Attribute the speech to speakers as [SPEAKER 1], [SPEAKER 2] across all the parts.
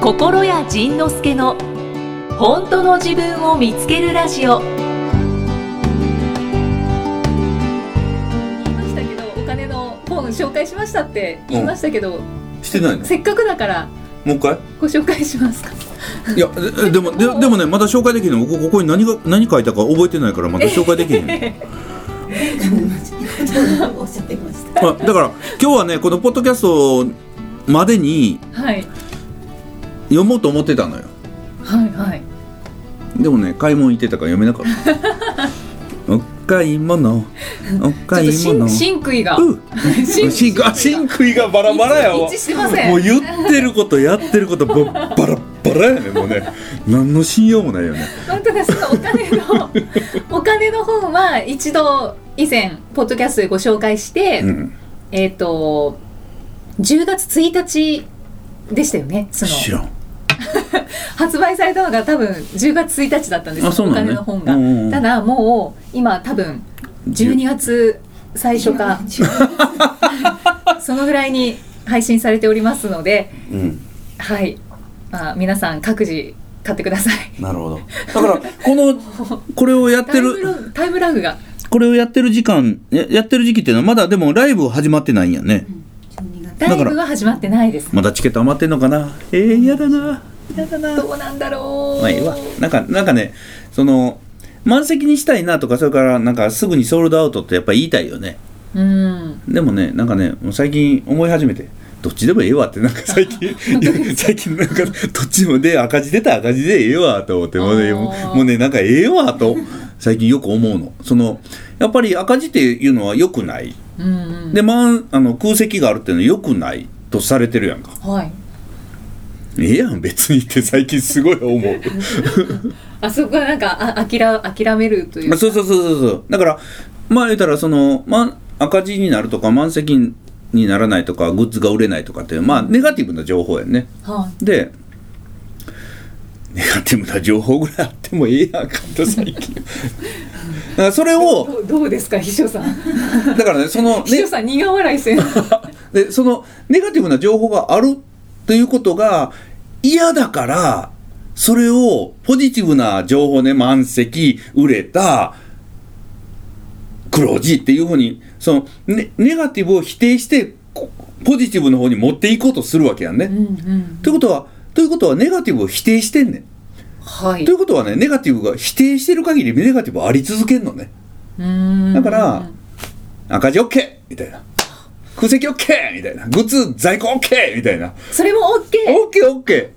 [SPEAKER 1] 心谷仁之助の本当の自分を見つけるラジオ言いましたけどお金の本紹介しましたって言いましたけど、
[SPEAKER 2] してないの
[SPEAKER 1] せっかくだから
[SPEAKER 2] もう一回
[SPEAKER 1] ご紹介しますか
[SPEAKER 2] いやええでもででもねまだ紹介できないのこここに何が何書いたか覚えてないからまだ紹介でき へん
[SPEAKER 3] おっしゃってました。
[SPEAKER 2] あだから今日はねこのポッドキャストまでに
[SPEAKER 1] はい
[SPEAKER 2] 読もうと思ってたのよ
[SPEAKER 1] はいはい
[SPEAKER 2] でもね買い物行ってたから読めなかった お買い物お
[SPEAKER 1] ちょっ
[SPEAKER 2] 買
[SPEAKER 1] と
[SPEAKER 2] い
[SPEAKER 1] シン
[SPEAKER 2] 物
[SPEAKER 1] シンクイが
[SPEAKER 2] うんシンクあシンクイがバラバラやわ
[SPEAKER 1] 一致してません
[SPEAKER 2] もう言ってることやってることばバラバラやねもうね何の信用もないよね
[SPEAKER 1] なんとかそのお金 のお金の本は一度以前ポッドキャストでご紹介して、
[SPEAKER 2] うん
[SPEAKER 1] えっ、と10月1日でしたよねそ
[SPEAKER 2] 知
[SPEAKER 1] の
[SPEAKER 2] らん
[SPEAKER 1] 発売されたのが多分10月1日だったんです
[SPEAKER 2] あそう
[SPEAKER 1] お
[SPEAKER 2] な
[SPEAKER 1] 金
[SPEAKER 2] のね
[SPEAKER 1] の本が、
[SPEAKER 2] うんうんうん
[SPEAKER 1] ただもう今多分12月最初かそのぐらいに配信されておりますので
[SPEAKER 2] うん
[SPEAKER 1] はい、まあ、皆さん各自買ってください
[SPEAKER 2] なるほどだからこ のこれをやっ
[SPEAKER 1] タ
[SPEAKER 2] て
[SPEAKER 1] イム
[SPEAKER 2] る
[SPEAKER 1] ロタイムラグが
[SPEAKER 2] これをやってる時間ややってる時期っていうのはまだでもライブ始まってないんやね
[SPEAKER 1] ライブは始まってないです
[SPEAKER 2] まだチケット余ってんのかなえー、やだなやだな
[SPEAKER 1] どうなんだろう。
[SPEAKER 2] まあいいわなんかなんかねその満席にしたいなとかそれからなんかすぐにソールドアウトってやっぱ言いたいよね
[SPEAKER 1] うん。
[SPEAKER 2] でもねなんかねもう最近思い始めてどっちでもええわってなんか最 近 最近なんかどっちもで赤字出たら赤字でええわと思ってもうね
[SPEAKER 1] あー
[SPEAKER 2] もうもうねなんかええわと最近よく思うのそのやっぱり赤字っていうのは良くない
[SPEAKER 1] うん、うん。
[SPEAKER 2] で、まあ、あの空席があるっていうのは良くないとされてるやんか
[SPEAKER 1] はい。
[SPEAKER 2] ええやん別にって最近すごい思う
[SPEAKER 1] あそこはなんか、あ、諦、諦めるという
[SPEAKER 2] まあ、
[SPEAKER 1] か。
[SPEAKER 2] そうそうそうそうそうだからまあ言うたらその、まあ、赤字になるとか満席にならないとかグッズが売れないとかっていうまあネガティブな情報やんね
[SPEAKER 1] は
[SPEAKER 2] でネガティブな情報ぐらいあってもええやんかと 最近だからそれ
[SPEAKER 1] い。
[SPEAKER 2] を
[SPEAKER 1] どうどうですか、秘書さん。
[SPEAKER 2] だからねその
[SPEAKER 1] 秘
[SPEAKER 2] ね
[SPEAKER 1] 書さん、苦笑いせん。
[SPEAKER 2] でそのネガティブな情報があるということが嫌だからそれをポジティブな情報ね満席売れた黒字っていうふうにそのネネガティブを否定してこポジティブの方に持っていこうとするわけやんね。
[SPEAKER 1] うん、うん。
[SPEAKER 2] ということはということはネガティブを否定してんねん。
[SPEAKER 1] はい
[SPEAKER 2] とい。うことはねネガティブが否定してる限りネガティブはあり続けんのね。
[SPEAKER 1] うん
[SPEAKER 2] だから赤字 OK! みたいな。空席 OK! みたいな。グッズ在庫 OK! みたいな。
[SPEAKER 1] それもオッケー。
[SPEAKER 2] オッケーオッケ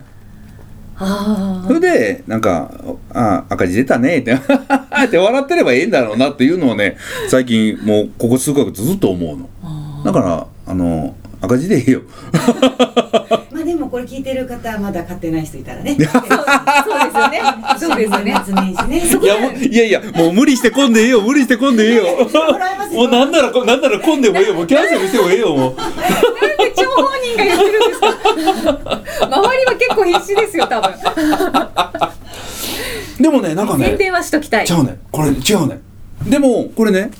[SPEAKER 1] あ
[SPEAKER 2] ーそれでなんか「あ赤字出たね」って って笑ってればええんだろうなっていうのをね最近もうここ数ヶ月ずっと思うの
[SPEAKER 1] あ。
[SPEAKER 2] だからあの赤字でええよ
[SPEAKER 3] まあでもこれ聞いてる方まだ買ってない人い たらね。
[SPEAKER 1] そうですよね。そうですよね。
[SPEAKER 3] 年末年始ね。
[SPEAKER 1] そ
[SPEAKER 2] い
[SPEAKER 1] こ
[SPEAKER 2] やもういやいやもう無理して混んでええよ無理して混んでええよ
[SPEAKER 3] もらえますよ
[SPEAKER 2] もうなんならこなんなら混んでもええよもうキャンセルしてもええよもう
[SPEAKER 1] なんで張本人が言ってるんですか。 周りは結構必死ですよ、多分。
[SPEAKER 2] でもねなんかね
[SPEAKER 1] 宣伝はしときたい
[SPEAKER 2] 違。うねこれ違うねでもこれね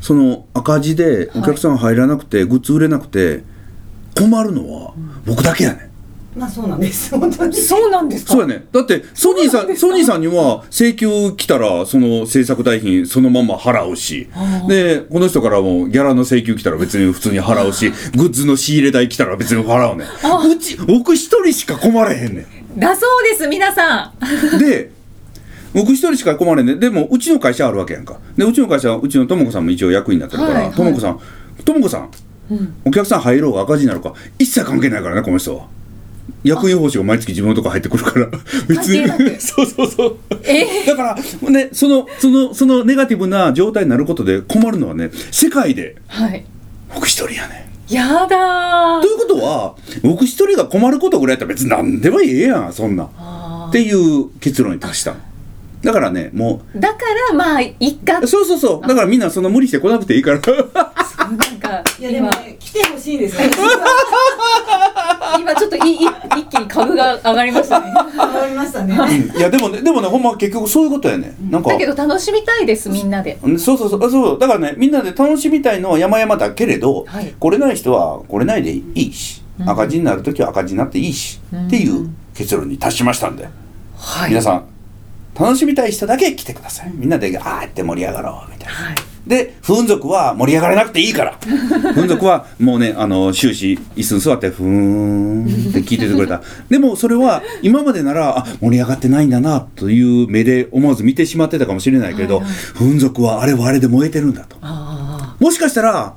[SPEAKER 2] その赤字でお客さん入らなくて、グッズ売れなくて困るのは僕だけやねん
[SPEAKER 3] まあそうなんです。本当に。
[SPEAKER 1] そうなんです
[SPEAKER 2] そうやねだってソニーさんソニーさんには請求来たらその制作代金そのまま払うしでこの人からもギャラの請求来たら別に普通に払うしグッズの仕入れ代来たら別に払うねんうち僕一人しか困れへんねん
[SPEAKER 1] だそうです、皆さん。
[SPEAKER 2] で僕一人しか困れんで、でもうちの会社あるわけやんかでうちの会社はうちのとも子さんも一応役員になってるか
[SPEAKER 1] はいは
[SPEAKER 2] ら
[SPEAKER 1] い
[SPEAKER 2] とも子さんとも子さんお客さん入ろうが赤字になるか一切関係ないからねこの人は役員報酬が毎月自分のとこ入ってくるから別
[SPEAKER 1] 関係な
[SPEAKER 2] に
[SPEAKER 1] く
[SPEAKER 2] そうそうそう
[SPEAKER 1] え
[SPEAKER 2] だからねそのそのそのネガティブな状態になることで困るのはね世界で
[SPEAKER 1] はい。
[SPEAKER 2] 僕一人やね
[SPEAKER 1] やだ
[SPEAKER 2] と
[SPEAKER 1] ー
[SPEAKER 2] いうことは僕一人が困ることぐらいやったら別に何でもええやんそんなん
[SPEAKER 1] あ
[SPEAKER 2] っていう結論に達したのだからねもう
[SPEAKER 1] ーだからまあいっか
[SPEAKER 2] そうそうそう。だからみんなそんな無理して来なくていいから。
[SPEAKER 1] なんか
[SPEAKER 3] いやでも
[SPEAKER 1] 今
[SPEAKER 3] ね来てほしいんですよ。
[SPEAKER 1] 今ちょっといい一気に株が上がりましたね
[SPEAKER 3] 変わりましたね。
[SPEAKER 2] いやでもね、でもね、ほんま結局そういうことやね。なんか。
[SPEAKER 1] だけど楽しみたいですみんなで
[SPEAKER 2] うんそうそうそうあそうだからねみんなで楽しみたいのは山々だけれど、
[SPEAKER 1] はい
[SPEAKER 2] 来れない人は来れないでいいし、赤字になる時は赤字になっていいし、っていう結論に達しましたんで、
[SPEAKER 1] はい
[SPEAKER 2] 皆さん楽しみたい人だけ来てくださいみんなであーって盛り上がろうみたいな。
[SPEAKER 1] はい
[SPEAKER 2] で、風俗は盛り上がらなくていい から。風俗はもうね、あの、終始、椅子に座って、ふーんって聞いててくれた。でも、それは、今までなら、あ、盛り上がってないんだな、という目で思わず見てしまってたかもしれないけれど、風俗はあれはあれで燃えてるんだと。
[SPEAKER 1] あ
[SPEAKER 2] もしかしたら、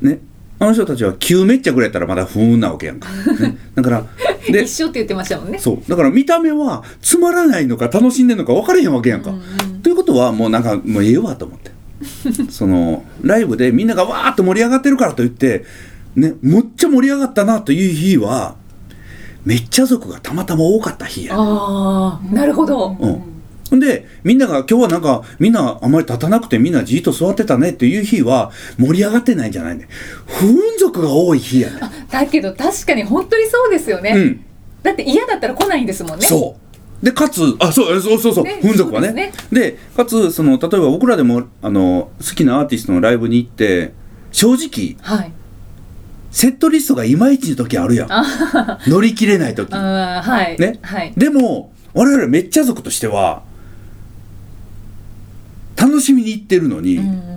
[SPEAKER 2] ね、あの人たちは9めっちゃぐらいやったらまだ不運なわけやんか。ね、だから、
[SPEAKER 1] あ
[SPEAKER 2] で
[SPEAKER 1] 一、緒って言ってましたもんね
[SPEAKER 2] そう。だから見た目はつまらないのか楽しんでるのか分からへんわけやんか。ということはもうなんかもうええわと 思って。そのライブでみんながわーっと盛り上がってるからといって、ね、もっちゃ盛り上がったなという日は、めっちゃ族がたまたま多かった日や。
[SPEAKER 1] ああなるほど
[SPEAKER 2] うん、でみんなが今日はなんかみんなあまり立たなくてみんなじーっと座ってたねっていう日は盛り上がってないんじゃないね不運族が多い日やね
[SPEAKER 1] だけど確かに本当にそうですよね、
[SPEAKER 2] うん
[SPEAKER 1] だって嫌だったら来ないんですもんね
[SPEAKER 2] そうでかつあそうそうそうそう
[SPEAKER 1] ね
[SPEAKER 2] 不運族はね
[SPEAKER 1] そうで
[SPEAKER 2] でかつその例えば僕らでもあの好きなアーティストのライブに行って正直
[SPEAKER 1] はい
[SPEAKER 2] セットリストがいまいちの時あるやん乗り切れない時
[SPEAKER 1] あーはい
[SPEAKER 2] ね
[SPEAKER 1] はい
[SPEAKER 2] でも我々めっちゃ族としては楽しみに行ってるのに、
[SPEAKER 1] うん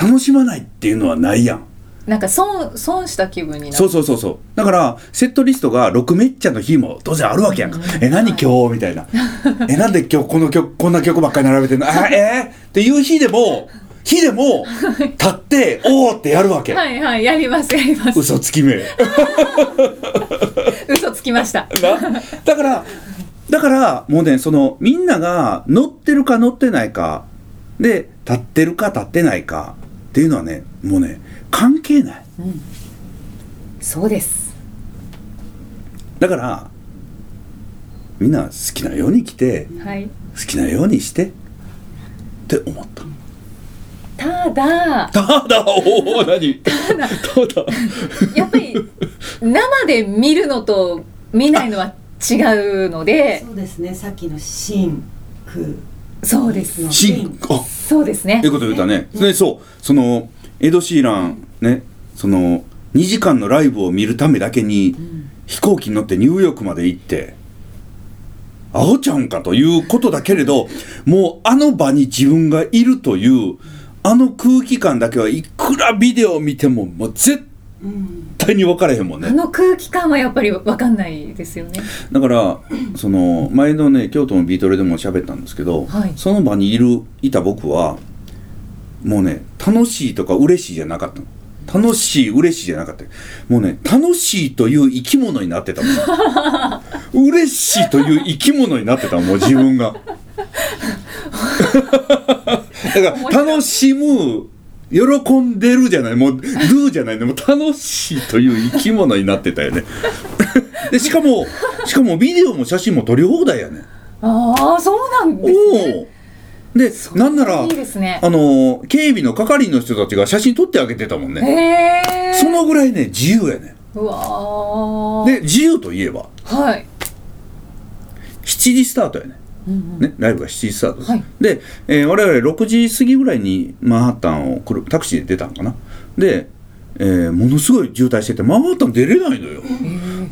[SPEAKER 2] 楽しまないっていうのはないやん
[SPEAKER 1] なんか損損した気分になる
[SPEAKER 2] そうそうそうそうだからセットリストが6めっちゃの日も当然あるわけやんか、
[SPEAKER 1] うん
[SPEAKER 2] え何今日みたいなえなんで今日この曲こんな曲ばっかり並べてんのあえー、っていう日でも日でも立っておおってやるわけ、
[SPEAKER 1] はいはいやりますやります
[SPEAKER 2] 嘘つきめ
[SPEAKER 1] 嘘つきました
[SPEAKER 2] なだからだからもうねそのみんなが乗ってるか乗ってないかで立ってるか立ってないかっていうのはねもうね関係ない
[SPEAKER 1] そうです
[SPEAKER 2] だからみんな好きなように来て
[SPEAKER 1] はい
[SPEAKER 2] 好きなようにしてって思った。
[SPEAKER 1] ただ
[SPEAKER 2] ただおお何ただ
[SPEAKER 1] やっぱり生で見るのと見ないのは違うので
[SPEAKER 3] そうですね。さっきの真空
[SPEAKER 1] そうです
[SPEAKER 3] の
[SPEAKER 2] シンあ
[SPEAKER 1] そうですね
[SPEAKER 2] ええこと言うたね。でそうそのエド・シーランねその2時間のライブを見るためだけに飛行機に乗ってニューヨークまで行って。アホちゃうんかということだけれどもうあの場に自分がいるというあの空気感だけはいくらビデオを見てももう絶
[SPEAKER 3] うん。
[SPEAKER 2] 対に分からへんもんね
[SPEAKER 1] あ。の空気感はやっぱりわかんないですよね
[SPEAKER 2] だからその前のね京都のビートルでも喋ったんですけど、
[SPEAKER 1] はい
[SPEAKER 2] その場にいるいた僕はもうね楽しいとか嬉しいじゃなかったの楽しい嬉しいじゃなかったもうね楽しいという生き物になってたも ん嬉しいという生き物になってたもう自分 が
[SPEAKER 1] 面
[SPEAKER 2] だから
[SPEAKER 1] 白い
[SPEAKER 2] 楽しむ喜んでるじゃないもう「る」じゃないねもう楽しいという生き物になってたよねでしかもしかもビデオも写真も撮り放題やね
[SPEAKER 1] ああそうなん
[SPEAKER 2] お
[SPEAKER 1] ですね
[SPEAKER 2] おでなんなら
[SPEAKER 1] いいですね
[SPEAKER 2] あの警備の係員の人たちが写真撮ってあげてたもんね
[SPEAKER 1] へえ
[SPEAKER 2] そのぐらいね自由やね
[SPEAKER 1] うわー
[SPEAKER 2] で自由といえば
[SPEAKER 1] はい、
[SPEAKER 2] 7時スタートやね
[SPEAKER 1] うんうん
[SPEAKER 2] ね、ライブが7時スタートです、
[SPEAKER 1] はい
[SPEAKER 2] で、えー我々6時過ぎぐらいにマンハッタンを来るタクシーで出たんかなで、えーものすごい渋滞しててマンハッタン出れないのよ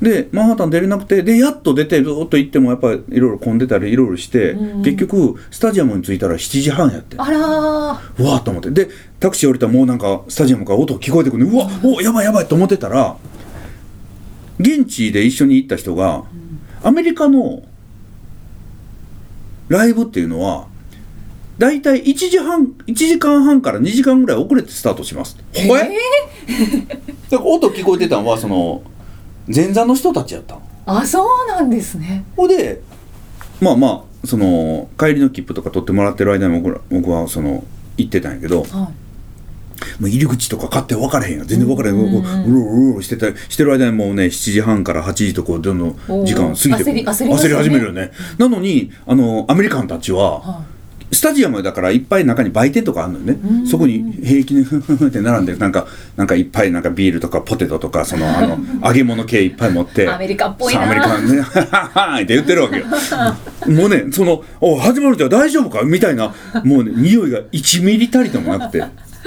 [SPEAKER 2] でマンハッタン出れなくてでやっと出てずーっと行ってもやっぱりいろいろ混んでたりいろいろして
[SPEAKER 1] うん
[SPEAKER 2] 結局スタジアムに着いたら7時半やって
[SPEAKER 1] あらー
[SPEAKER 2] うわーっと思ってでタクシー降りたらもうなんかスタジアムから音聞こえてくるうわおやばいやばいと思ってたら現地で一緒に行った人がアメリカのライブっていうのは大体1時半1時間半から2時間ぐらい遅れてスタートしますほえだから音聞こえてたのはその前座の人たちやったの
[SPEAKER 1] あそうなんですね
[SPEAKER 2] ほんでまあまあその帰りの切符とか取ってもらってる間に僕ら僕はその行ってたんやけど、
[SPEAKER 1] は
[SPEAKER 2] もう入り口とか買って分からへんやん全然分からへん、
[SPEAKER 1] う
[SPEAKER 2] うんううろうろうろしてたしてる間にもうね7時半から8時とこうどんどん時間過ぎて
[SPEAKER 1] おー焦り
[SPEAKER 2] こう
[SPEAKER 1] 焦りますよね
[SPEAKER 2] 始めるよねなのにあのアメリカンたち
[SPEAKER 1] い
[SPEAKER 2] は
[SPEAKER 1] は
[SPEAKER 2] スタジアムだからいっぱい中に売店とかあるのよね、
[SPEAKER 1] うん
[SPEAKER 2] そこに平気にふんふんふんって並んでなんかなんかいっぱいなんかビールとかポテトとかそのあの揚げ物系いっぱい持って
[SPEAKER 1] アメリカっぽいな
[SPEAKER 2] さあアメリカンね ははははって言ってるわけよもうねその「お始まるじゃん大丈夫か?」みたいなもうね匂いが1ミリたりともなくて。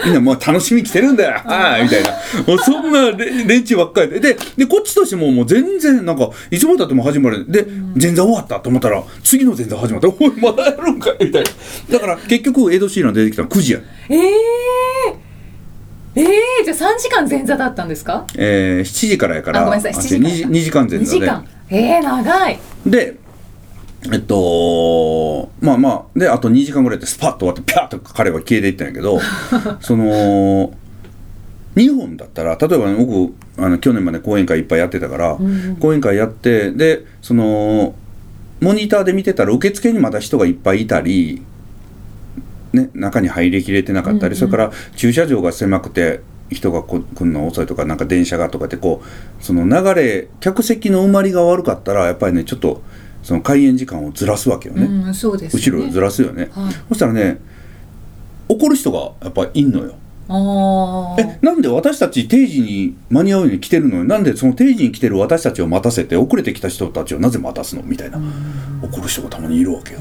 [SPEAKER 2] みんなもう楽しみに来てるんだよ、はい、みたいな。もうそんなれ連中ばっかりで。で、で、こっちとしてももう全然なんか、いつまでたっても始まる。で、前座終わったと思ったら、次の前座始まった。おい、まだやるんかいみたいな。だから結局、エド・シーラン出てきたの9時や。
[SPEAKER 1] ええええじゃあ3時間前座だったんですか
[SPEAKER 2] えー、7時からやから、
[SPEAKER 1] あごめんなさい7時から
[SPEAKER 2] 2時二時間前
[SPEAKER 1] 2
[SPEAKER 2] 座
[SPEAKER 1] 時
[SPEAKER 2] で。
[SPEAKER 1] 間ええ長い
[SPEAKER 2] で、えっと、まあまあ、で、あと2時間ぐらいでスパッと終わって、ピャーッと彼は消えていったんやけど、その、日本だったら、例えば、ね、僕、あの、去年まで講演会いっぱいやってたから、講演会やって、で、その、モニターで見てたら、受付にまだ人がいっぱいいたり、ね、中に入りきれてなかったり、それから駐車場が狭くて人がこ来るの遅いとかなんか電車がとかってこうその流れ客席の埋まりが悪かったらやっぱりねちょっとその開演時間をずらすわけよね、
[SPEAKER 1] うんそうですね
[SPEAKER 2] 後ろをずらすよね、
[SPEAKER 1] はい
[SPEAKER 2] そしたらね怒る人がやっぱいんのよ。
[SPEAKER 1] ああ
[SPEAKER 2] えなんで私たち定時に間に合うように来てるのになんでその定時に来てる私たちを待たせて遅れてきた人たちをなぜ待たすのみたいな怒る人がたまにいるわけよ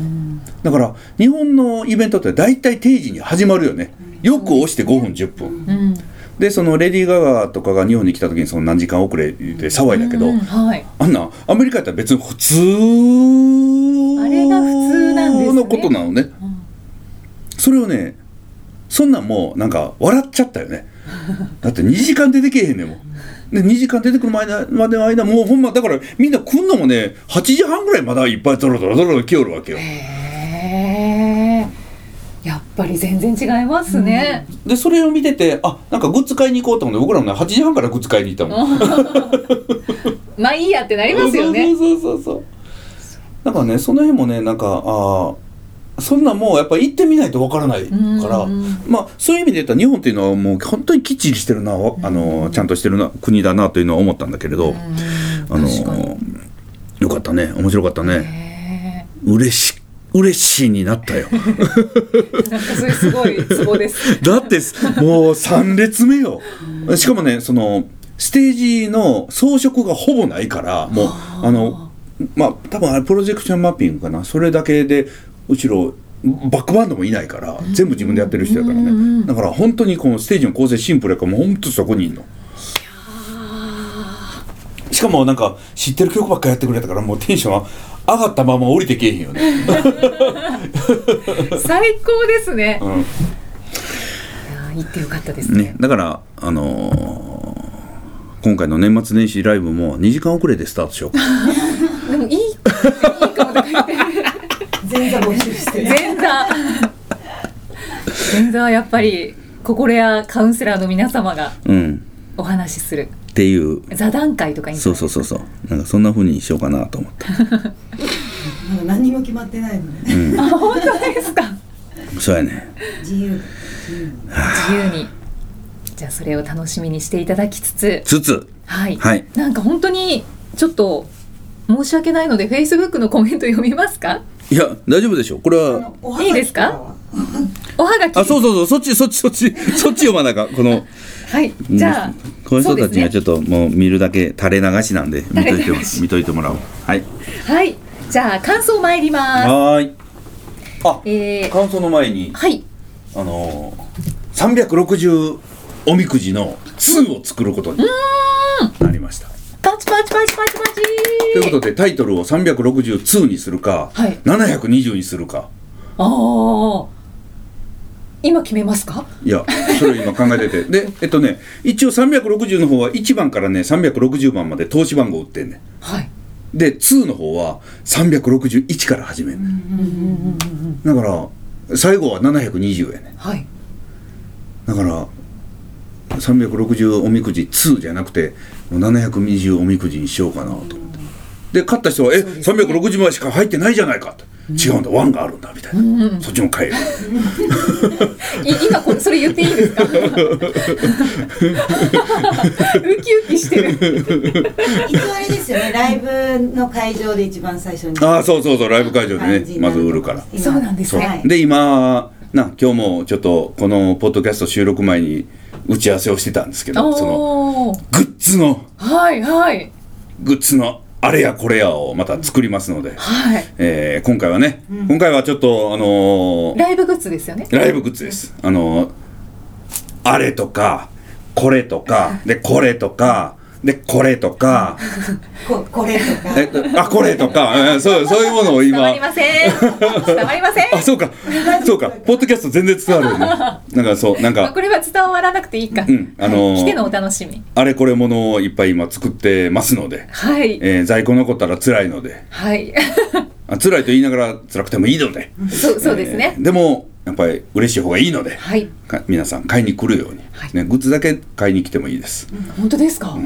[SPEAKER 2] だから日本のイベントって大体定時に始まるよねよく押して5分10分
[SPEAKER 1] うん
[SPEAKER 2] でそのレディー・ガガとかが日本に来た時にその何時間遅れで騒いだけど、
[SPEAKER 1] うんはい
[SPEAKER 2] あんなアメリカやったら別に普通
[SPEAKER 1] あれが普通なんですね
[SPEAKER 2] のことなのね、それをねそんなんもうなんか笑っちゃったよね だって2時間出てけえへんねんもんで2時間出てくる前だまでの間もうほんまだからみんな来んのもね8時半ぐらいまだいっぱいドロドロドロドロ来よるわけよ
[SPEAKER 1] へえやっぱり全然違いますね、
[SPEAKER 2] でそれを見ててあなんかグッズ買いに行こうと思って僕らもね8時半からグッズ買いに行ったもん
[SPEAKER 1] まあいいやってなりますよね
[SPEAKER 2] そうそうそうそうそうだからねその辺もねなんかあーそんなんもうやっぱ行ってみないとわからないから、
[SPEAKER 1] うんうん
[SPEAKER 2] まあそういう意味で言ったら日本っていうのはもう本当にきっちりしてるな、あのちゃんとしてるな国だなというのは思ったんだけれど、
[SPEAKER 1] うん
[SPEAKER 2] あの
[SPEAKER 1] 確かに
[SPEAKER 2] よかったね面白かったね
[SPEAKER 1] へ
[SPEAKER 2] 嬉し嬉しいになったよ
[SPEAKER 1] えなんかそれすごいツボ です
[SPEAKER 2] だってすもう3列目よしかもねそのステージの装飾がほぼないからもうあのまあ多分あれプロジェクションマッピングかなそれだけで後ろバックバンドもいないから全部自分でやってる人だから
[SPEAKER 1] うんうんう
[SPEAKER 2] ね
[SPEAKER 1] ん
[SPEAKER 2] だから本当にこのステージの構成シンプルやからもうほんとそこにいんのしかもなんか知ってる曲ばっかやってくれたからもうテンションは上がったまま降りてけえへんよね
[SPEAKER 1] 最高ですね、
[SPEAKER 2] うん
[SPEAKER 1] いや行ってよかったですね
[SPEAKER 2] ね、だから、あのー今回の年末年始ライブも2時間遅れでスタートし ようか
[SPEAKER 1] でもいいいいかもとか言って
[SPEAKER 3] 前座募集してね。
[SPEAKER 1] 前座前座はやっぱり心やカウンセラーの皆様が
[SPEAKER 2] うん
[SPEAKER 1] お話しする
[SPEAKER 2] っていう
[SPEAKER 1] 座談会とかに
[SPEAKER 2] そうそうそうそうなんかそんな風にしようかなと思った
[SPEAKER 3] まだ何にも決まってないので、ね、
[SPEAKER 1] あ本当ですか
[SPEAKER 2] そうやね
[SPEAKER 3] 自由自由。
[SPEAKER 1] 自由にじゃあそれを楽しみにしていただきつつ
[SPEAKER 2] つつ
[SPEAKER 1] はい、
[SPEAKER 2] はい
[SPEAKER 1] なんか本当にちょっと申し訳ないので Facebook のコメント読みますか
[SPEAKER 2] いや大丈夫でしょこれ
[SPEAKER 3] あ
[SPEAKER 2] は
[SPEAKER 3] のおはがき
[SPEAKER 1] いいですか
[SPEAKER 3] とは
[SPEAKER 1] おはがき
[SPEAKER 2] あそうそうそうそっちそっちそっちそっち読まなあかんこの
[SPEAKER 1] はいじゃあ
[SPEAKER 2] この人たちにはち
[SPEAKER 1] ょっ
[SPEAKER 2] ょっともう見るだけ垂れ流しなんで見といて
[SPEAKER 1] 垂れ流し
[SPEAKER 2] 見といてもらおうはい
[SPEAKER 1] とはいじゃあ感想参ります
[SPEAKER 2] はーいあ
[SPEAKER 1] えー、
[SPEAKER 2] 感想の前に
[SPEAKER 1] はい
[SPEAKER 2] あのー、360おみくじの2を作ることになりました。
[SPEAKER 1] パチパチパチパチパチ
[SPEAKER 2] ということでタイトルを362にするか、
[SPEAKER 1] はい
[SPEAKER 2] 720にするか
[SPEAKER 1] ああ今決めますか
[SPEAKER 2] いやそれを今考えててでえっとね一応360の方は1番からね360番まで投資番号売ってんねん
[SPEAKER 1] はい
[SPEAKER 2] で2の方は361から始めんねんだから最後は720やねん
[SPEAKER 1] はい
[SPEAKER 2] だから360おみくじ2じゃなくてもう720おみくじにしようかなと思ってで勝った人は「え360枚しか入ってないじゃないか」って「違うんだ1があるんだ」みたいなそっちも買えよ
[SPEAKER 1] い今こそれ言っていい ですかウキウキして る
[SPEAKER 3] 一応あれですよね。ライブの会場で一番最初に。
[SPEAKER 2] ああそうそうそうライブ会場で
[SPEAKER 3] 感じ
[SPEAKER 2] ね
[SPEAKER 3] にな
[SPEAKER 2] ま
[SPEAKER 3] る
[SPEAKER 2] ず
[SPEAKER 3] と思
[SPEAKER 2] 売
[SPEAKER 3] い
[SPEAKER 2] るから
[SPEAKER 3] 今
[SPEAKER 1] そうなんです
[SPEAKER 2] そう
[SPEAKER 1] ね
[SPEAKER 3] はい
[SPEAKER 2] で今な今日もちょっとこのポッドキャスト収録前に打ち合わせをしてたんですけどその
[SPEAKER 1] おー
[SPEAKER 2] グッズの
[SPEAKER 1] はいはい
[SPEAKER 2] グッズのあれやこれやをまた作りますので、
[SPEAKER 1] はい
[SPEAKER 2] えー今回はね、今回はちょっとあのー
[SPEAKER 1] ライブグッズですよね
[SPEAKER 2] ライブグッズです。あのあれとかこれとかでこれとかでこれとか
[SPEAKER 3] ここれとか
[SPEAKER 2] えあこれとか、うんそうそういうものを
[SPEAKER 1] 伝わ
[SPEAKER 2] 今
[SPEAKER 1] りません。伝わりません。
[SPEAKER 2] あそうかそうかポッドキャスト全然伝わるよねなんかそうなん
[SPEAKER 1] まあ
[SPEAKER 2] か
[SPEAKER 1] これは伝わらなくていいか。
[SPEAKER 2] うんあのー
[SPEAKER 1] 来てのお楽しみ。
[SPEAKER 2] あれこれものをいっぱい今作ってますので、
[SPEAKER 1] はい。
[SPEAKER 2] えー在庫残ったら辛いので
[SPEAKER 1] はい。
[SPEAKER 2] あ辛いと言いながら辛くてもいいので
[SPEAKER 1] そうそうですね
[SPEAKER 2] え。ーでもやっぱり嬉しい方がいいので
[SPEAKER 1] はい。
[SPEAKER 2] か皆さん買いに来るように、
[SPEAKER 1] はい
[SPEAKER 2] ね、グッズだけ買いに来てもいいです、
[SPEAKER 1] 本当ですか。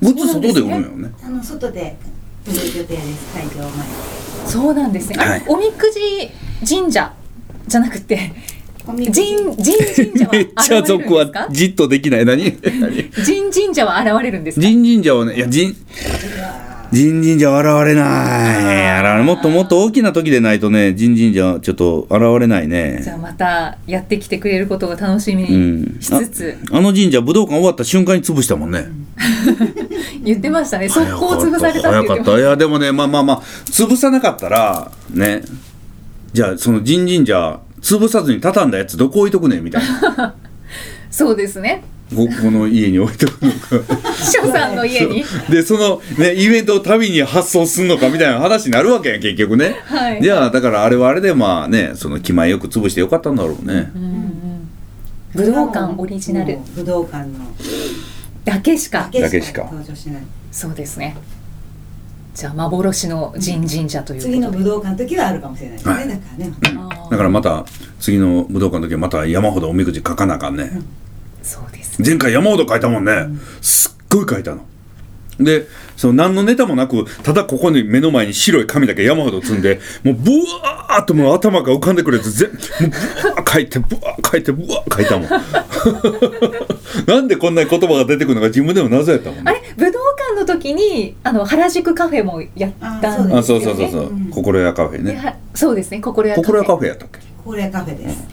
[SPEAKER 2] グッズ外で売る
[SPEAKER 1] そう
[SPEAKER 2] の
[SPEAKER 1] なん
[SPEAKER 2] よ
[SPEAKER 1] です
[SPEAKER 2] ね
[SPEAKER 3] あの外で売る予定です会場前
[SPEAKER 1] そうなんですね。あれ
[SPEAKER 2] はい
[SPEAKER 1] おみくじ神社じゃなくて
[SPEAKER 3] おみ
[SPEAKER 1] 神
[SPEAKER 3] く
[SPEAKER 1] 神神
[SPEAKER 3] じ
[SPEAKER 1] 社は現れるんですか？
[SPEAKER 2] じっとできな い何
[SPEAKER 1] 神神社は現れるんですか？
[SPEAKER 2] 神神社はねいや神神神社は現れない現れもっともっと大きな時でないとね神神社はちょっと現れない
[SPEAKER 1] じゃ
[SPEAKER 2] ね
[SPEAKER 1] あまたやってきてくれることを楽しみ
[SPEAKER 2] うん
[SPEAKER 1] にしつつ、
[SPEAKER 2] あの神社武道館終わった瞬間に潰したもんね、
[SPEAKER 1] 言ってましたね。速攻
[SPEAKER 2] 早
[SPEAKER 1] 潰
[SPEAKER 2] かっ
[SPEAKER 1] されたって言
[SPEAKER 2] 早
[SPEAKER 1] って
[SPEAKER 2] か
[SPEAKER 1] まし
[SPEAKER 2] っ
[SPEAKER 1] た
[SPEAKER 2] いやでもねまあまあまあ潰さなかったらねじゃあその神神社潰さずに畳んだやつどこ置いとくねんみたいな
[SPEAKER 1] そうですね。
[SPEAKER 2] ここの家に置いとくのか
[SPEAKER 1] 翔さんの家に。
[SPEAKER 2] でそのねイベントを旅に発送すんのかみたいな話になるわけや結局ね、
[SPEAKER 1] はい
[SPEAKER 2] じゃあだからあれはあれでまあねその気前よく潰してよかったんだろうね、
[SPEAKER 1] 武道館オリジナル
[SPEAKER 3] もう武道館の
[SPEAKER 1] だけしか。
[SPEAKER 2] だ
[SPEAKER 3] だ
[SPEAKER 2] け
[SPEAKER 3] け
[SPEAKER 2] し
[SPEAKER 3] し
[SPEAKER 2] か
[SPEAKER 3] か登場しない
[SPEAKER 1] そうですね。じゃあ幻の神神社ということで。
[SPEAKER 3] 次の武道館の時はあるかもしれないですね、
[SPEAKER 2] はい
[SPEAKER 3] だからね
[SPEAKER 1] あー
[SPEAKER 2] だからまた次の武道館の時はまた山ほどおみくじ書かなあかんね、
[SPEAKER 1] そうですね
[SPEAKER 2] 前回山ほど書いたもんね、すっごい書いたのでその何のネタもなくただここに目の前に白い紙だけ山ほど積んでもうブワーッともう頭が浮かんでくるやつ全もうブワーッ書いてブワーッ書いてブワーッ書いたもんなんで こんな言葉が出てくるのか自分でも謎やったもん
[SPEAKER 1] あ
[SPEAKER 2] ね
[SPEAKER 1] れ武道館の時にあの原宿カフェもやったん
[SPEAKER 3] れ
[SPEAKER 1] で
[SPEAKER 2] あ
[SPEAKER 1] す
[SPEAKER 2] そ
[SPEAKER 1] よ
[SPEAKER 2] う
[SPEAKER 1] ね。
[SPEAKER 2] そうそうそう、
[SPEAKER 3] うん
[SPEAKER 2] 心屋カフェ
[SPEAKER 1] で
[SPEAKER 2] ね
[SPEAKER 1] はそうですね。心屋カフェ。
[SPEAKER 2] 心屋カフェやったっけ
[SPEAKER 3] 高齢カフェです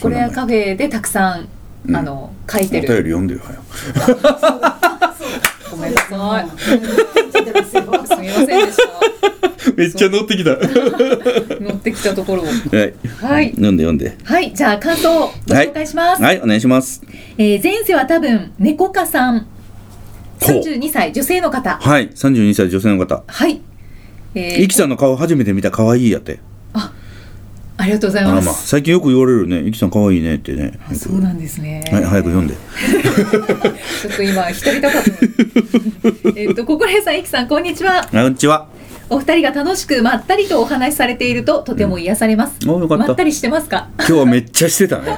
[SPEAKER 1] 心屋カフェでたくさん、
[SPEAKER 2] うん
[SPEAKER 1] あの書い
[SPEAKER 2] お
[SPEAKER 1] て
[SPEAKER 2] 便り
[SPEAKER 1] る。
[SPEAKER 2] 読んでよ早く
[SPEAKER 1] ごめんなさい。
[SPEAKER 3] そうですよ
[SPEAKER 1] すみませんでした。
[SPEAKER 2] めっちゃ乗ってきたは
[SPEAKER 1] 乗ってきたところを。
[SPEAKER 2] い
[SPEAKER 1] はい。
[SPEAKER 2] 読んで読んで
[SPEAKER 1] はい、じゃあ感想をご紹介します。
[SPEAKER 2] はいお願いします
[SPEAKER 1] えー前世は多分猫科さん、
[SPEAKER 2] ほう
[SPEAKER 1] 三十二歳女性の方。
[SPEAKER 2] はい32歳女性の方
[SPEAKER 1] はい。え
[SPEAKER 2] イキさんの顔初めて見た可愛いやって
[SPEAKER 1] ありがとうござい
[SPEAKER 2] あ
[SPEAKER 1] ま
[SPEAKER 2] まあ
[SPEAKER 1] す。
[SPEAKER 2] 最近よく言われるね「ゆきさん可愛いね」ってね
[SPEAKER 1] あそうなんですね。
[SPEAKER 2] はい、早く読んで
[SPEAKER 1] ちょっと今一人だかと思ってえっと心屋さん、いきさん、こんにちは。
[SPEAKER 2] あこんにちは
[SPEAKER 1] お二人が楽しくまったりとお話しされているととても癒されます。
[SPEAKER 2] うんおよかった
[SPEAKER 1] まったりしてますか。
[SPEAKER 2] 今日はめっちゃしてた ね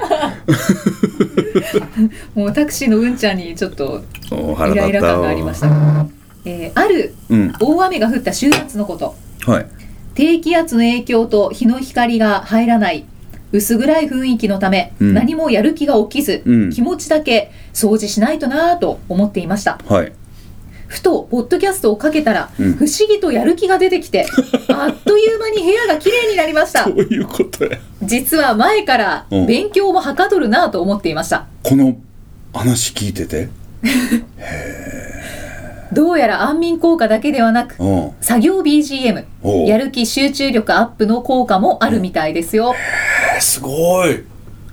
[SPEAKER 1] もうタクシーのうんちゃんにちょっと
[SPEAKER 2] お
[SPEAKER 1] イ
[SPEAKER 2] 腹
[SPEAKER 1] ラ
[SPEAKER 2] 立
[SPEAKER 1] イ
[SPEAKER 2] っ
[SPEAKER 1] ラ
[SPEAKER 2] た
[SPEAKER 1] 感が
[SPEAKER 2] わ
[SPEAKER 1] ありました。えーある
[SPEAKER 2] うん
[SPEAKER 1] 大雨が降った週末のこと、
[SPEAKER 2] はい
[SPEAKER 1] 低気圧の影響と日の光が入らない薄暗い雰囲気のため、
[SPEAKER 2] うん
[SPEAKER 1] 何もやる気が起きず、
[SPEAKER 2] うん
[SPEAKER 1] 気持ちだけ掃除しないとなぁと思っていました。
[SPEAKER 2] はい
[SPEAKER 1] ふとポッドキャストをかけたら、
[SPEAKER 2] うん
[SPEAKER 1] 不思議とやる気が出てき てあっという間に部屋が綺麗になりました
[SPEAKER 2] ういうことや
[SPEAKER 1] 実は前から
[SPEAKER 2] うん
[SPEAKER 1] 勉強もはかどるなぁと思っていました、
[SPEAKER 2] この話聞いてて
[SPEAKER 1] どうやら安眠効果だけではなく
[SPEAKER 2] うん
[SPEAKER 1] 作業 BGM
[SPEAKER 2] おう
[SPEAKER 1] やる気集中力アップの効果もあるみたいですよ
[SPEAKER 2] えすごい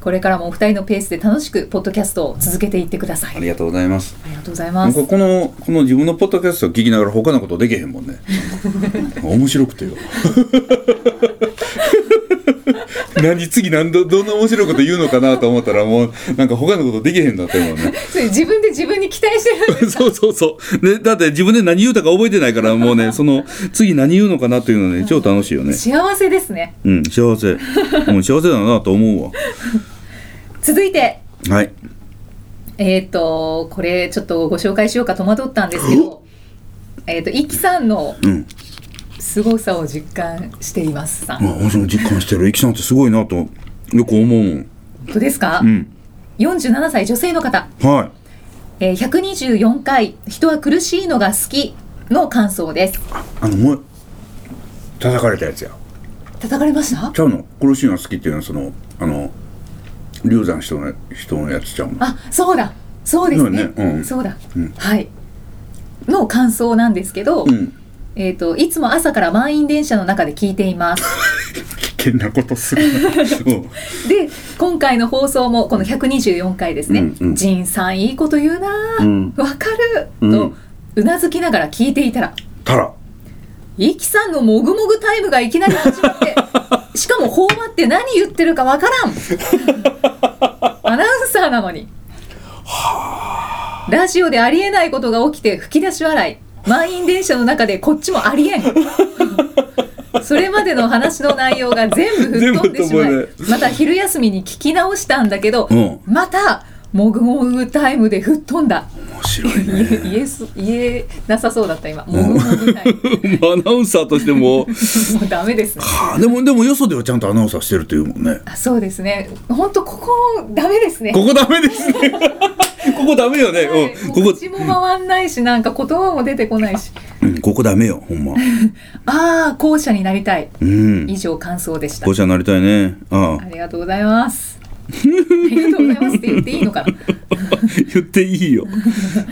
[SPEAKER 1] これからもお二人のペースで楽しくポッドキャストを続けていってください
[SPEAKER 2] あ
[SPEAKER 1] あり
[SPEAKER 2] りがとうございます
[SPEAKER 1] がとうござい
[SPEAKER 2] な
[SPEAKER 1] ま
[SPEAKER 2] ん
[SPEAKER 1] す
[SPEAKER 2] かこのこの自分のポッドキャストを聞きながら他のことできへんも んね面白くてよ 何次何どどんな面白いこと言うのかなと思ったらもうなんか他のことできへんなってもんね
[SPEAKER 1] それ自分で自分に期待してるんで
[SPEAKER 2] そうそうそうでだって自分で何言うたか覚えてないからもう ねその次何言うのかなっていうのね超楽しいよね
[SPEAKER 1] す幸せですね
[SPEAKER 2] うん幸せ、うん、幸せだなと思うわ
[SPEAKER 1] 続いて
[SPEAKER 2] はい
[SPEAKER 1] えっ、とこれちょっとご紹介しようか戸惑ったんですけ ど、えっ、とイキさんの
[SPEAKER 2] うん
[SPEAKER 1] 凄さを実感していますさん。
[SPEAKER 2] あ
[SPEAKER 1] 本
[SPEAKER 2] 私も実感してるいきさんってすごいなとよく思うもん
[SPEAKER 1] 当ですか
[SPEAKER 2] う？ん
[SPEAKER 1] 四十七歳女性の方、
[SPEAKER 2] はい
[SPEAKER 1] えー、百二十四回人は苦しいのが好きの感想です。
[SPEAKER 2] あのもう叩かれたやつや
[SPEAKER 1] 叩かれました？
[SPEAKER 2] ちゃうの苦しいの好きっていうのはそのあの流産人の人のやつちゃうの
[SPEAKER 1] あ、そうだ、そうですね。
[SPEAKER 2] そうだねうん
[SPEAKER 1] そうだ、
[SPEAKER 2] うん
[SPEAKER 1] はい。の感想なんですけど、
[SPEAKER 2] うん
[SPEAKER 1] えっ、といつも朝から満員電車の中で聞いています。
[SPEAKER 2] 険なことするな、うん
[SPEAKER 1] で今回の放送もこの124回ですね
[SPEAKER 2] うん
[SPEAKER 1] 「
[SPEAKER 2] うん
[SPEAKER 1] 仁、さんいいこと言うな
[SPEAKER 2] う
[SPEAKER 1] ー
[SPEAKER 2] ん
[SPEAKER 1] わ、かる!」
[SPEAKER 2] うん
[SPEAKER 1] とうなずきながら聞いていたら
[SPEAKER 2] たら
[SPEAKER 1] イキさんのもぐもぐタイムがいきなり始まってしかも頬張って何言ってるかわからんアナウンサーなのにラジオでありえないことが起きて吹き出し笑い満員電車の中でこっちもありえんそれまでの話の内容が全部吹っ飛んでしま
[SPEAKER 2] 全部飛
[SPEAKER 1] いまた昼休みに聞き直したんだけど、
[SPEAKER 2] うん
[SPEAKER 1] またもぐもぐタイムで吹っ飛んだ
[SPEAKER 2] 面白い
[SPEAKER 1] 言え言えす言えなさそうだった今もぐもぐタイム
[SPEAKER 2] アナウンサーとして
[SPEAKER 1] も
[SPEAKER 2] も
[SPEAKER 1] うダメですね。
[SPEAKER 2] はあでもでもよそではちゃんとアナウンサーしてるというもんね
[SPEAKER 1] あそうですね。本当ここダメですね。
[SPEAKER 2] ここダメですね ここダメよね、
[SPEAKER 1] はい
[SPEAKER 2] うん、
[SPEAKER 1] も
[SPEAKER 2] こ
[SPEAKER 1] う
[SPEAKER 2] こ
[SPEAKER 1] 口も回んないし、なんか言葉も出てこないし。
[SPEAKER 2] うんここダメよほんま
[SPEAKER 1] ああ、後者になりたい。
[SPEAKER 2] うん
[SPEAKER 1] 以上感想でした
[SPEAKER 2] 校。舎になりたいねあ
[SPEAKER 1] あ
[SPEAKER 2] あ
[SPEAKER 1] りがとうございます。ありがとうございますって言っていいのかな。
[SPEAKER 2] 言っていいよ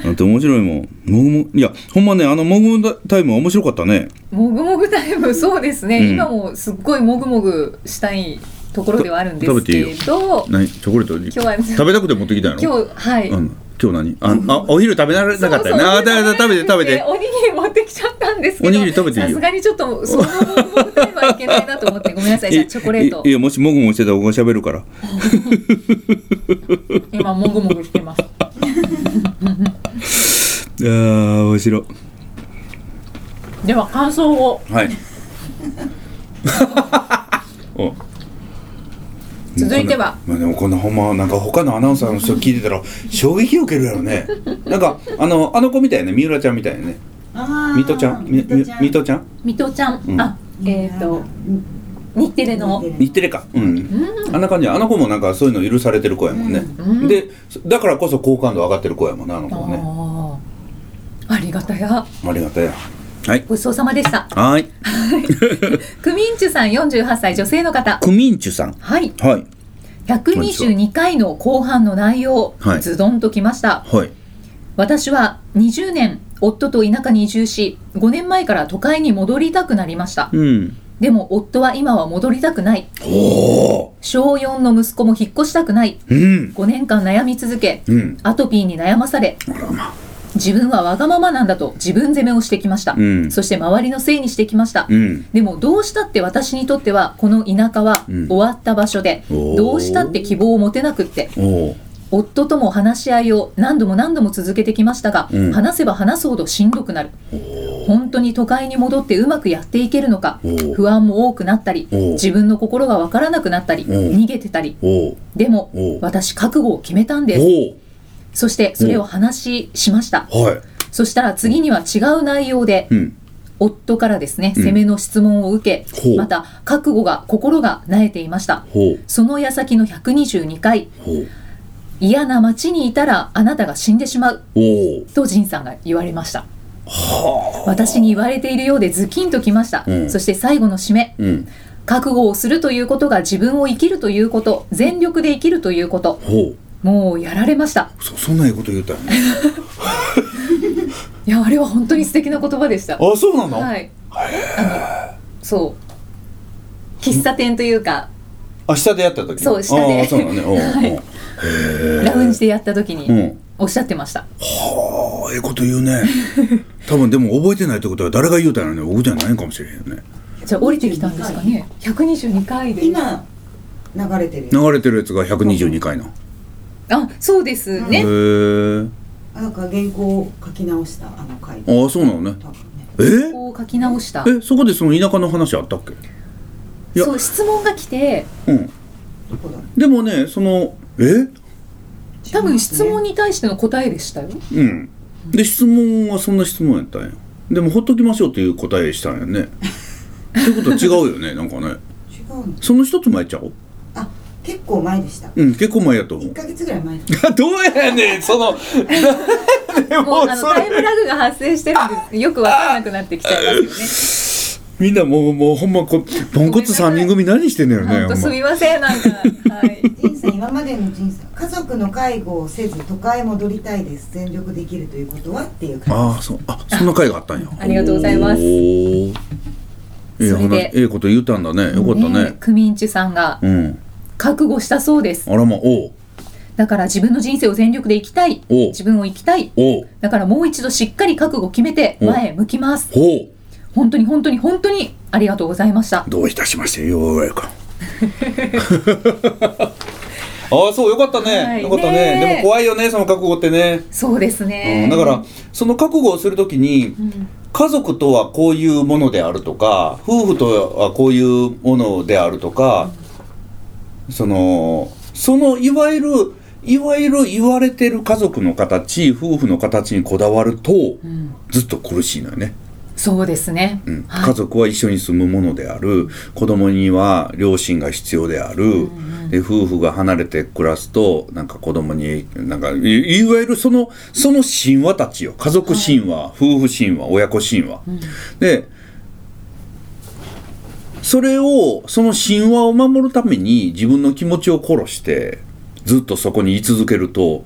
[SPEAKER 2] だって面白いもんもぐもぐいやほんまねあのもぐもぐタイムは面白かったね
[SPEAKER 1] もぐもぐタイム、そうですね。
[SPEAKER 2] うん
[SPEAKER 1] 今もすっごいもぐもぐしたいところではあるんで
[SPEAKER 2] 食
[SPEAKER 1] す
[SPEAKER 2] べていい
[SPEAKER 1] けど、
[SPEAKER 2] 何チョコレート
[SPEAKER 1] 今日は
[SPEAKER 2] 食べたくて持ってきたの
[SPEAKER 1] 今日、はい。
[SPEAKER 2] うん今日何ああお昼食べられなかったよね
[SPEAKER 1] そう
[SPEAKER 2] あ
[SPEAKER 1] そう
[SPEAKER 2] だだ食べて食べて
[SPEAKER 1] おにぎり持ってきちゃったんですけど
[SPEAKER 2] おにぎり食べていいよ
[SPEAKER 1] さすがにちょっとそのもぐもぐはいけないなと思ってごめんなさいじゃあチョコレート
[SPEAKER 2] いいいやもしもぐもぐしてたら僕が喋るから
[SPEAKER 1] 今もぐもぐして ます
[SPEAKER 2] あー面白
[SPEAKER 1] では感想を
[SPEAKER 2] はい お
[SPEAKER 1] 続いては
[SPEAKER 2] まあでもこんなほんまなんか他のアナウンサーの人聞いてたら衝撃を受けるやろねなんかあのあの子みたいね三浦ちゃんみたいね
[SPEAKER 3] あー
[SPEAKER 2] ミトちゃんみみミトちゃん
[SPEAKER 1] 水戸ちゃん、
[SPEAKER 2] うん
[SPEAKER 1] あえっ、と日テレの
[SPEAKER 2] 日テレかうんあんな感じあの子もなんかそういうの許されてる子やもんね、
[SPEAKER 1] うん
[SPEAKER 2] でだからこそ好感度上がってる子やもんねあの子はね
[SPEAKER 1] あーありがたや
[SPEAKER 2] ありがたいやはい
[SPEAKER 1] ごちそうさまでした
[SPEAKER 2] はい
[SPEAKER 1] クミンチュさん48歳女性の方
[SPEAKER 2] クミンチュさん
[SPEAKER 1] はい
[SPEAKER 2] はい
[SPEAKER 1] 122回の後半の内容、
[SPEAKER 2] はい
[SPEAKER 1] ズドンときました
[SPEAKER 2] はい
[SPEAKER 1] 私は20年夫と田舎に移住し5年前から都会に戻りたくなりました
[SPEAKER 2] うん
[SPEAKER 1] でも夫は今は戻りたくない
[SPEAKER 2] おお
[SPEAKER 1] 小4の息子も引っ越したくない
[SPEAKER 2] うん
[SPEAKER 1] 5年間悩み続け
[SPEAKER 2] うん
[SPEAKER 1] アトピーに悩まされ
[SPEAKER 2] あらまあ
[SPEAKER 1] 自分はわがままなんだと自分責めをしてきました、
[SPEAKER 2] うん
[SPEAKER 1] そして周りのせいにしてきました、
[SPEAKER 2] うん
[SPEAKER 1] でもどうしたって私にとってはこの田舎は
[SPEAKER 2] うん
[SPEAKER 1] 終わった場所で、
[SPEAKER 2] おー
[SPEAKER 1] どうしたって希望を持てなくって
[SPEAKER 2] おお
[SPEAKER 1] 夫とも話し合いを何度も何度も続けてきましたが、
[SPEAKER 2] うん
[SPEAKER 1] 話せば話すほどしんどくなる本当に都会に戻ってうまくやっていけるのか
[SPEAKER 2] おー
[SPEAKER 1] 不安も多くなったり
[SPEAKER 2] おー
[SPEAKER 1] 自分の心がわからなくなったり
[SPEAKER 2] ー
[SPEAKER 1] 逃げてたり
[SPEAKER 2] おお
[SPEAKER 1] でも
[SPEAKER 2] おー
[SPEAKER 1] 私覚悟を決めたんです
[SPEAKER 2] お
[SPEAKER 1] そしてそれを話ししました
[SPEAKER 2] おはい
[SPEAKER 1] そしたら次には違う内容で
[SPEAKER 2] うん
[SPEAKER 1] 夫からですね
[SPEAKER 2] うん
[SPEAKER 1] 攻めの質問を受け、
[SPEAKER 2] ほう
[SPEAKER 1] また覚悟が心がなえていました
[SPEAKER 2] ほう
[SPEAKER 1] その矢先の122回
[SPEAKER 2] ほう
[SPEAKER 1] 嫌な町にいたらあなたが死んでしまう
[SPEAKER 2] おお
[SPEAKER 1] と仁さんが言われました
[SPEAKER 2] はあ
[SPEAKER 1] 私に言われているようでズキンときました、
[SPEAKER 2] うん
[SPEAKER 1] そして最後の締め
[SPEAKER 2] うん
[SPEAKER 1] 覚悟をするということが自分を生きるということ全力で生きるということ
[SPEAKER 2] ほ
[SPEAKER 1] もうやられました
[SPEAKER 2] うそそんなええこと言うたよね
[SPEAKER 1] いやあれは本当に素敵な言葉でした
[SPEAKER 2] あそうなの、
[SPEAKER 1] はいあのそう喫茶店というか
[SPEAKER 2] あ下でやった時
[SPEAKER 1] そう下で
[SPEAKER 2] あーそうなのね おうおう、
[SPEAKER 1] はいラウンジでやった時
[SPEAKER 2] う
[SPEAKER 1] に
[SPEAKER 2] ん
[SPEAKER 1] おっしゃってました、
[SPEAKER 2] はあええこと言うね多分でも覚えてないってことは誰が言うたんやろね僕じゃないんかもしれへんよね
[SPEAKER 1] じゃあ降りてきたんですかね122回で
[SPEAKER 3] 今流れてるよ
[SPEAKER 2] 流れてるやつが122回な
[SPEAKER 1] あそうです
[SPEAKER 2] へ
[SPEAKER 1] ね、
[SPEAKER 2] え
[SPEAKER 3] なんか原稿を書き直したあの回
[SPEAKER 2] ああそうなのね
[SPEAKER 3] 多分ね
[SPEAKER 2] え
[SPEAKER 1] こう書き直した
[SPEAKER 2] えそこでその田舎の話あったっけいや
[SPEAKER 1] そう質問が来て
[SPEAKER 2] うん
[SPEAKER 3] どこだろう
[SPEAKER 2] でもねそのえ
[SPEAKER 1] 多分質問に対しての答えでしたよ
[SPEAKER 2] うんで質問はそんな質問やったんやでもほっときましょうっていう答えしたんやねってことは違うよねなんかね
[SPEAKER 3] 違うの
[SPEAKER 2] その一つ前ちゃう
[SPEAKER 3] あ結構前でした
[SPEAKER 2] うん結構前やと思
[SPEAKER 3] 一
[SPEAKER 2] う
[SPEAKER 3] ヶ月ぐらい前で
[SPEAKER 2] どうやねんその で
[SPEAKER 1] もうあのタイムラグが発生してるんで よくわかんなくなってきちゃいます
[SPEAKER 2] みんなもうもうほんまこポンコツ三人組何してんのよ
[SPEAKER 1] よ
[SPEAKER 2] ね
[SPEAKER 1] ね。本当
[SPEAKER 2] ほ
[SPEAKER 1] す
[SPEAKER 2] んま
[SPEAKER 1] みませんなんか はい。
[SPEAKER 3] 仁さん今までの仁さん家族の介護をせず都会へ戻りたいです全力できるということはっていう感
[SPEAKER 2] ああそうあそんな回があったんや
[SPEAKER 1] ありがとうございます
[SPEAKER 2] おーええ
[SPEAKER 1] それ
[SPEAKER 2] 話
[SPEAKER 1] で
[SPEAKER 2] ええこと言ったんだねよかった
[SPEAKER 1] ね
[SPEAKER 2] ね
[SPEAKER 1] クミンチュさんが
[SPEAKER 2] うん
[SPEAKER 1] 覚悟したそうです
[SPEAKER 2] あらまおう
[SPEAKER 1] だから自分の人生を全力で生きたい
[SPEAKER 2] お
[SPEAKER 1] 自分を生きたい
[SPEAKER 2] おう
[SPEAKER 1] だからもう一度しっかり覚悟を決めて
[SPEAKER 2] お
[SPEAKER 1] 前へ向きます
[SPEAKER 2] ほう
[SPEAKER 1] 本当に本当に本当にありがとうございました
[SPEAKER 2] どういたしまして、ようや く。ああ、そう、よかったね。
[SPEAKER 1] はい
[SPEAKER 2] よかったね
[SPEAKER 1] ねえ
[SPEAKER 2] でも怖いよね、その覚悟ってね。
[SPEAKER 1] そうです
[SPEAKER 2] う
[SPEAKER 1] ね
[SPEAKER 2] ん、だから、その覚悟をするときに、
[SPEAKER 1] うん
[SPEAKER 2] 家族とはこういうものであるとか、夫婦とはこういうものであるとか、その、その、いわゆる、いわゆる言われてる家族の形、夫婦の形にこだわると、
[SPEAKER 1] うん
[SPEAKER 2] ずっと苦しいのよね。
[SPEAKER 1] そうですね
[SPEAKER 2] うん
[SPEAKER 1] はい
[SPEAKER 2] 家族は一緒に住むものである子供には両親が必要である、
[SPEAKER 1] んうん
[SPEAKER 2] で夫婦が離れて暮らすとなんか子供になんかいいわゆるそのその神話たちよ家族神話、夫婦神話親子神話、
[SPEAKER 1] ん
[SPEAKER 2] でそれをその神話を守るために自分の気持ちを殺してずっとそこに居続けると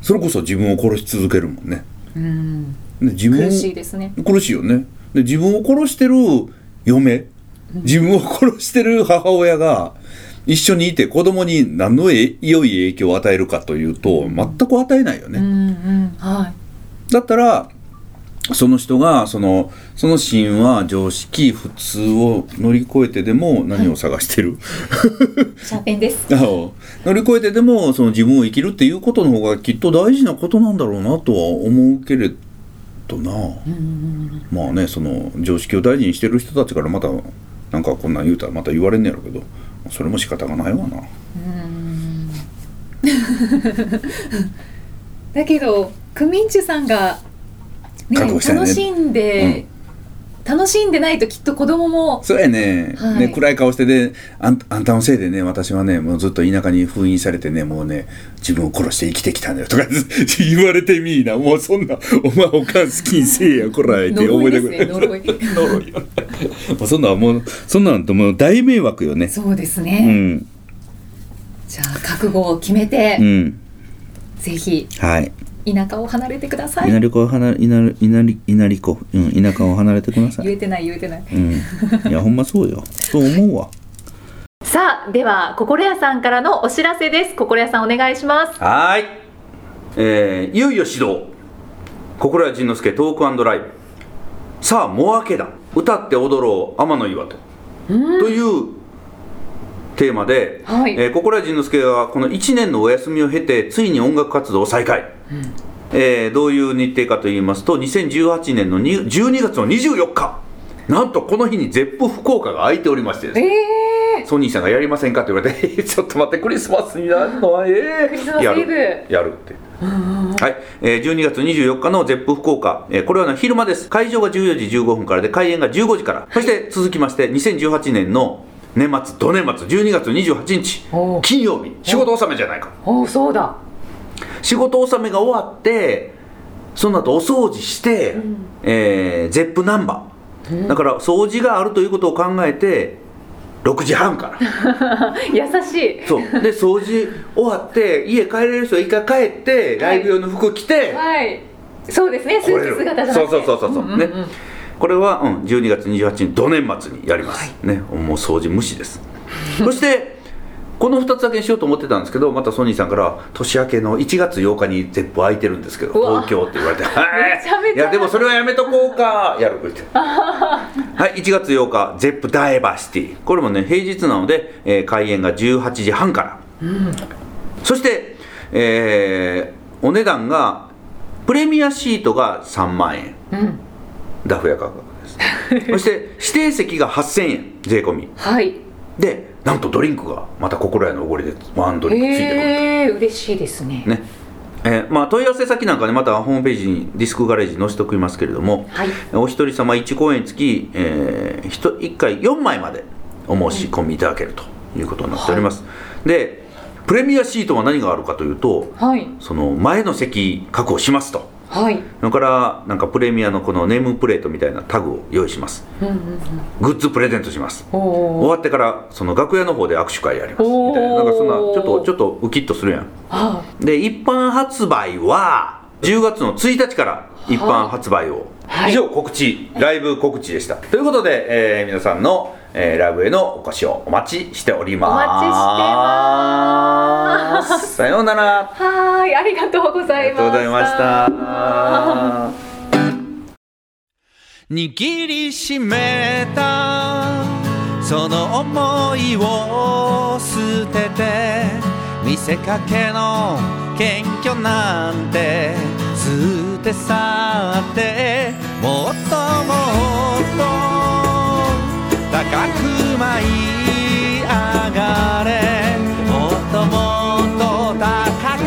[SPEAKER 2] それこそ自分を殺し続けるもんね。
[SPEAKER 1] うん
[SPEAKER 2] で自分を
[SPEAKER 1] 苦しいですね
[SPEAKER 2] 苦しいよねで自分を殺してる嫁自分を殺してる母親が一緒にいて子供に何のえ良い影響を与えるかというと全く与えないよね、
[SPEAKER 1] うんうんはい
[SPEAKER 2] だったらその人がそのその神話常識普通を乗り越えてでも何を探してる、
[SPEAKER 1] シャーペンです
[SPEAKER 2] あの乗り越えてでもその自分を生きるっていうことの方がきっと大事なことなんだろうなとは思うけれどな、
[SPEAKER 1] うんうん
[SPEAKER 2] まあねその常識を大事にしてる人たちからまたなんかこんなん言うたらまた言われんねやろうけどそれも仕方がない
[SPEAKER 1] う
[SPEAKER 2] わな
[SPEAKER 1] んうんだけどクミンチュさんが、ね
[SPEAKER 2] 覚悟したいね
[SPEAKER 1] 楽しんで、楽しんでないときっと子供も
[SPEAKER 2] そうやね,、
[SPEAKER 1] はい
[SPEAKER 2] ね暗い顔してであんあんたのせいでね私はねもうずっと田舎に封印されてねもうね自分を殺して生きてきたんだよとか 言われてみいなもうそんなお前おかん好きにせえやこらえって思
[SPEAKER 1] 呪
[SPEAKER 2] い
[SPEAKER 1] いです
[SPEAKER 2] 出く
[SPEAKER 1] ね
[SPEAKER 2] れ
[SPEAKER 1] 呪い
[SPEAKER 2] 呪いよ もうそんなんもうそんなんともう大迷惑よね
[SPEAKER 1] そうです
[SPEAKER 2] う
[SPEAKER 1] ね、
[SPEAKER 2] ん
[SPEAKER 1] じゃあ覚悟を決めて、
[SPEAKER 2] うん
[SPEAKER 1] ぜひ
[SPEAKER 2] はい
[SPEAKER 1] 田舎を離れてください、
[SPEAKER 2] 稲荷子を離れ稲荷稲荷稲荷子うん田舎を離れてください
[SPEAKER 1] 言えてない言えてない
[SPEAKER 2] うん、いやほんまそうよそう思うわ
[SPEAKER 1] さあでは心屋さんからのお知らせです心屋さんお願いします
[SPEAKER 2] はーい、えー、いよいよ始動心谷仁之助トークライブさあもう明けだ歌って踊ろう天の岩戸というテーマで、
[SPEAKER 1] はい
[SPEAKER 2] えー心谷仁之助はこの1年のお休みを経てついに音楽活動を再開、えーどういう日程かと言いますと2018年のに12月の24日なんとこの日にゼップ福岡が空いておりましてですね
[SPEAKER 1] ええ
[SPEAKER 2] ソニーさんがやりませんかって言われて、え ちょっと待って、クリスマスになるのは、えー
[SPEAKER 1] クリスマスイブ
[SPEAKER 2] やるやるって。はい、えー12月24日のゼップ福岡、えーこれはね昼間です。会場が14時15分からで、開演が15時から。そして続きまして、2018年の年末、土年末、12月28日
[SPEAKER 1] おう、
[SPEAKER 2] 金曜日、仕事納めじゃないか。
[SPEAKER 1] おおそうだ
[SPEAKER 2] 仕事納めが終わってその後お掃除して、えー、ゼップナンバー、だから掃除があるということを考えて6時半から
[SPEAKER 1] 優しい
[SPEAKER 2] そうで掃除終わって家帰れる人は一回帰ってライブ用の服着て、
[SPEAKER 1] はいそうですねス
[SPEAKER 2] 来れ
[SPEAKER 1] ー
[SPEAKER 2] る
[SPEAKER 1] ツ姿じゃなく
[SPEAKER 2] そう
[SPEAKER 1] て
[SPEAKER 2] そうそうそうそう,、
[SPEAKER 1] んん
[SPEAKER 2] ねこれは、うん、12月28日土年末にやります、ねもう掃除無視ですそしてこの2つだけにしようと思ってたんですけどまたソニーさんから年明けの1月8日に絶プ空いてるんですけど
[SPEAKER 1] うわ
[SPEAKER 2] 東京って言われて「はい
[SPEAKER 1] めちゃめちゃ
[SPEAKER 2] いやでもそれはやめとこうか」やる言ってはい1月8日ゼップダイバーシティこれもね平日なので、えー開演が18時半からそして、えーお値段がプレミアシートが3万円、
[SPEAKER 1] ん
[SPEAKER 2] ダフ屋価格で すそして指定席が8000円税込み
[SPEAKER 1] はい
[SPEAKER 2] でなんとドリンクがまた心屋のおごりでワンドリンクついてくる、
[SPEAKER 1] ええ嬉しいですね
[SPEAKER 2] ねえーまあ、問い合わせ先なんかねまたホームページにディスクガレージ載せておきますけれども、
[SPEAKER 1] はい
[SPEAKER 2] お一人様1公演につき、えー、1, 回4枚までお申し込みいただけるということになっております、でプレミアシートは何があるかというと
[SPEAKER 1] はい
[SPEAKER 2] その前の席確保しますと
[SPEAKER 1] はい
[SPEAKER 2] それからなんかプレミアのこのネームプレートみたいなタグを用意します
[SPEAKER 1] うんうんうん
[SPEAKER 2] グッズプレゼントします
[SPEAKER 1] お
[SPEAKER 2] 終
[SPEAKER 1] お
[SPEAKER 2] わってからその楽屋の方で握手会やりますみたいな
[SPEAKER 1] おー
[SPEAKER 2] なんかそんなちょっとちょっとウキッとするやん
[SPEAKER 1] あ
[SPEAKER 2] で一般発売は
[SPEAKER 1] 10月の1日から一般発売を、
[SPEAKER 4] はい
[SPEAKER 1] 以上告知ライブ告知でしたということで、えー皆さんの、えーライブへのお越しをお待ちしておりますお待ちしてますさようなら
[SPEAKER 4] はーい、ありがとうござ
[SPEAKER 1] あり
[SPEAKER 4] いました。
[SPEAKER 1] がとうございました
[SPEAKER 2] 握りしめたその思いを捨てて見せかけの謙虚なんて捨て去ってもっともっと高く舞い上がれもっともっと高く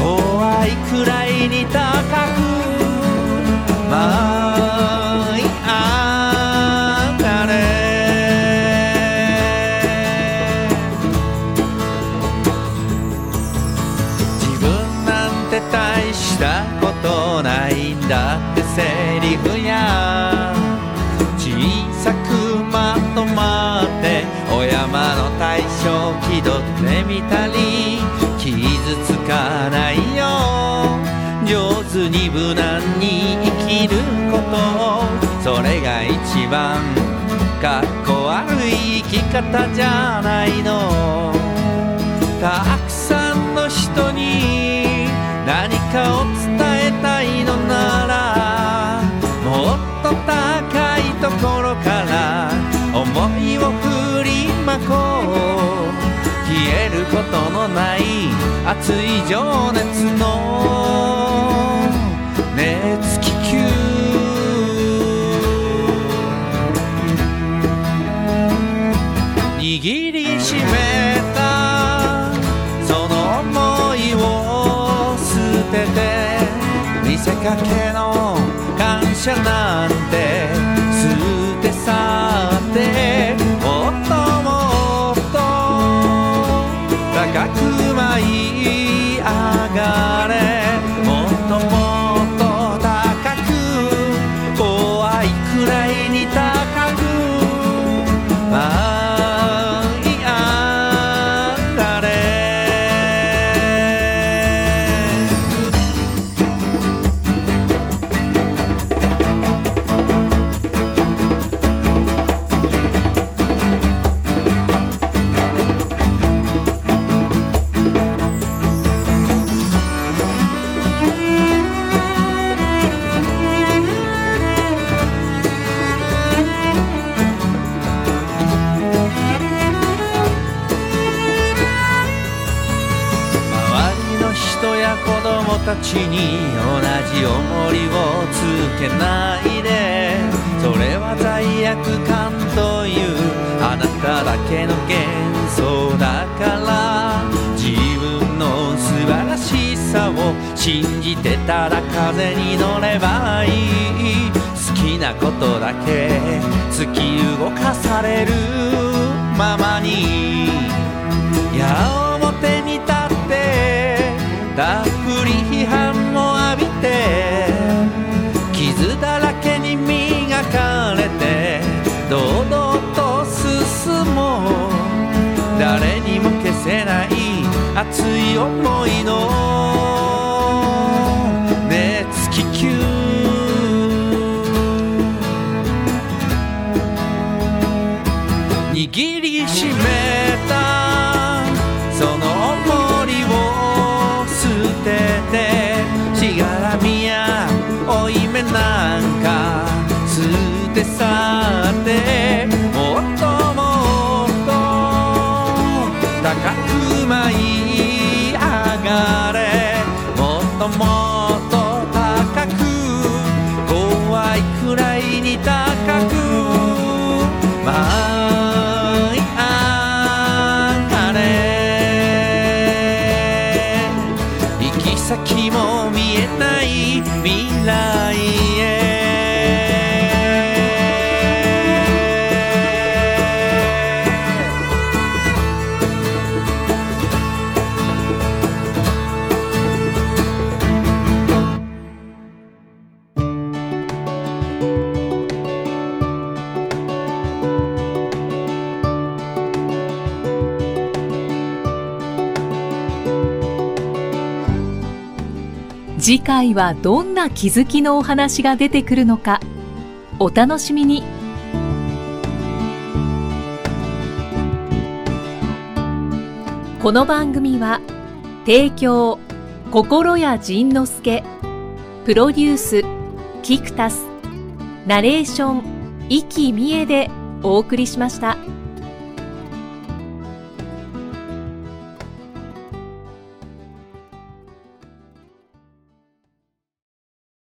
[SPEAKER 2] 怖いくらいに高く舞い上がれ自分なんて大したことないんだってセリフや小さくまとまってお山の大将気取ってみたり傷つかないよ上手に無難に生きることそれが一番かっこ悪い生き方じゃないのたくさんの人に何かを伝えたいのならもっと高いところから思いを振りまこう消えることのない熱い情熱の熱気球握りしめたその思いを捨てて見せかけの感謝なんて捨て去ってもっともっと高く舞い上がれもっともっと高く怖いくらいに高く舞い上がれ周りの人や子供たちに同じ重りをつけないでそれは罪悪感というあなただけの幻想だから自分の素晴らしさを信じてたら風に乗ればいい好きなことだけ突き動かされるままに矢面に立ってたっぷり批判を浴びて傷だらけに磨かれて堂々と進もう誰にも消せない熱い思いの熱気球握りしめたその重りを捨ててしがらみや負い目なんか捨て去ってもっともっと高く舞い上がれもっともっと高く怖いくらいに高く舞い上がれ行き先も見えない未来へ
[SPEAKER 1] 次回はどんな気づきのお話が出てくるのかお楽しみにこの番組は提供心谷仁之助プロデュースキクタスナレーション生きみえでお送りしました。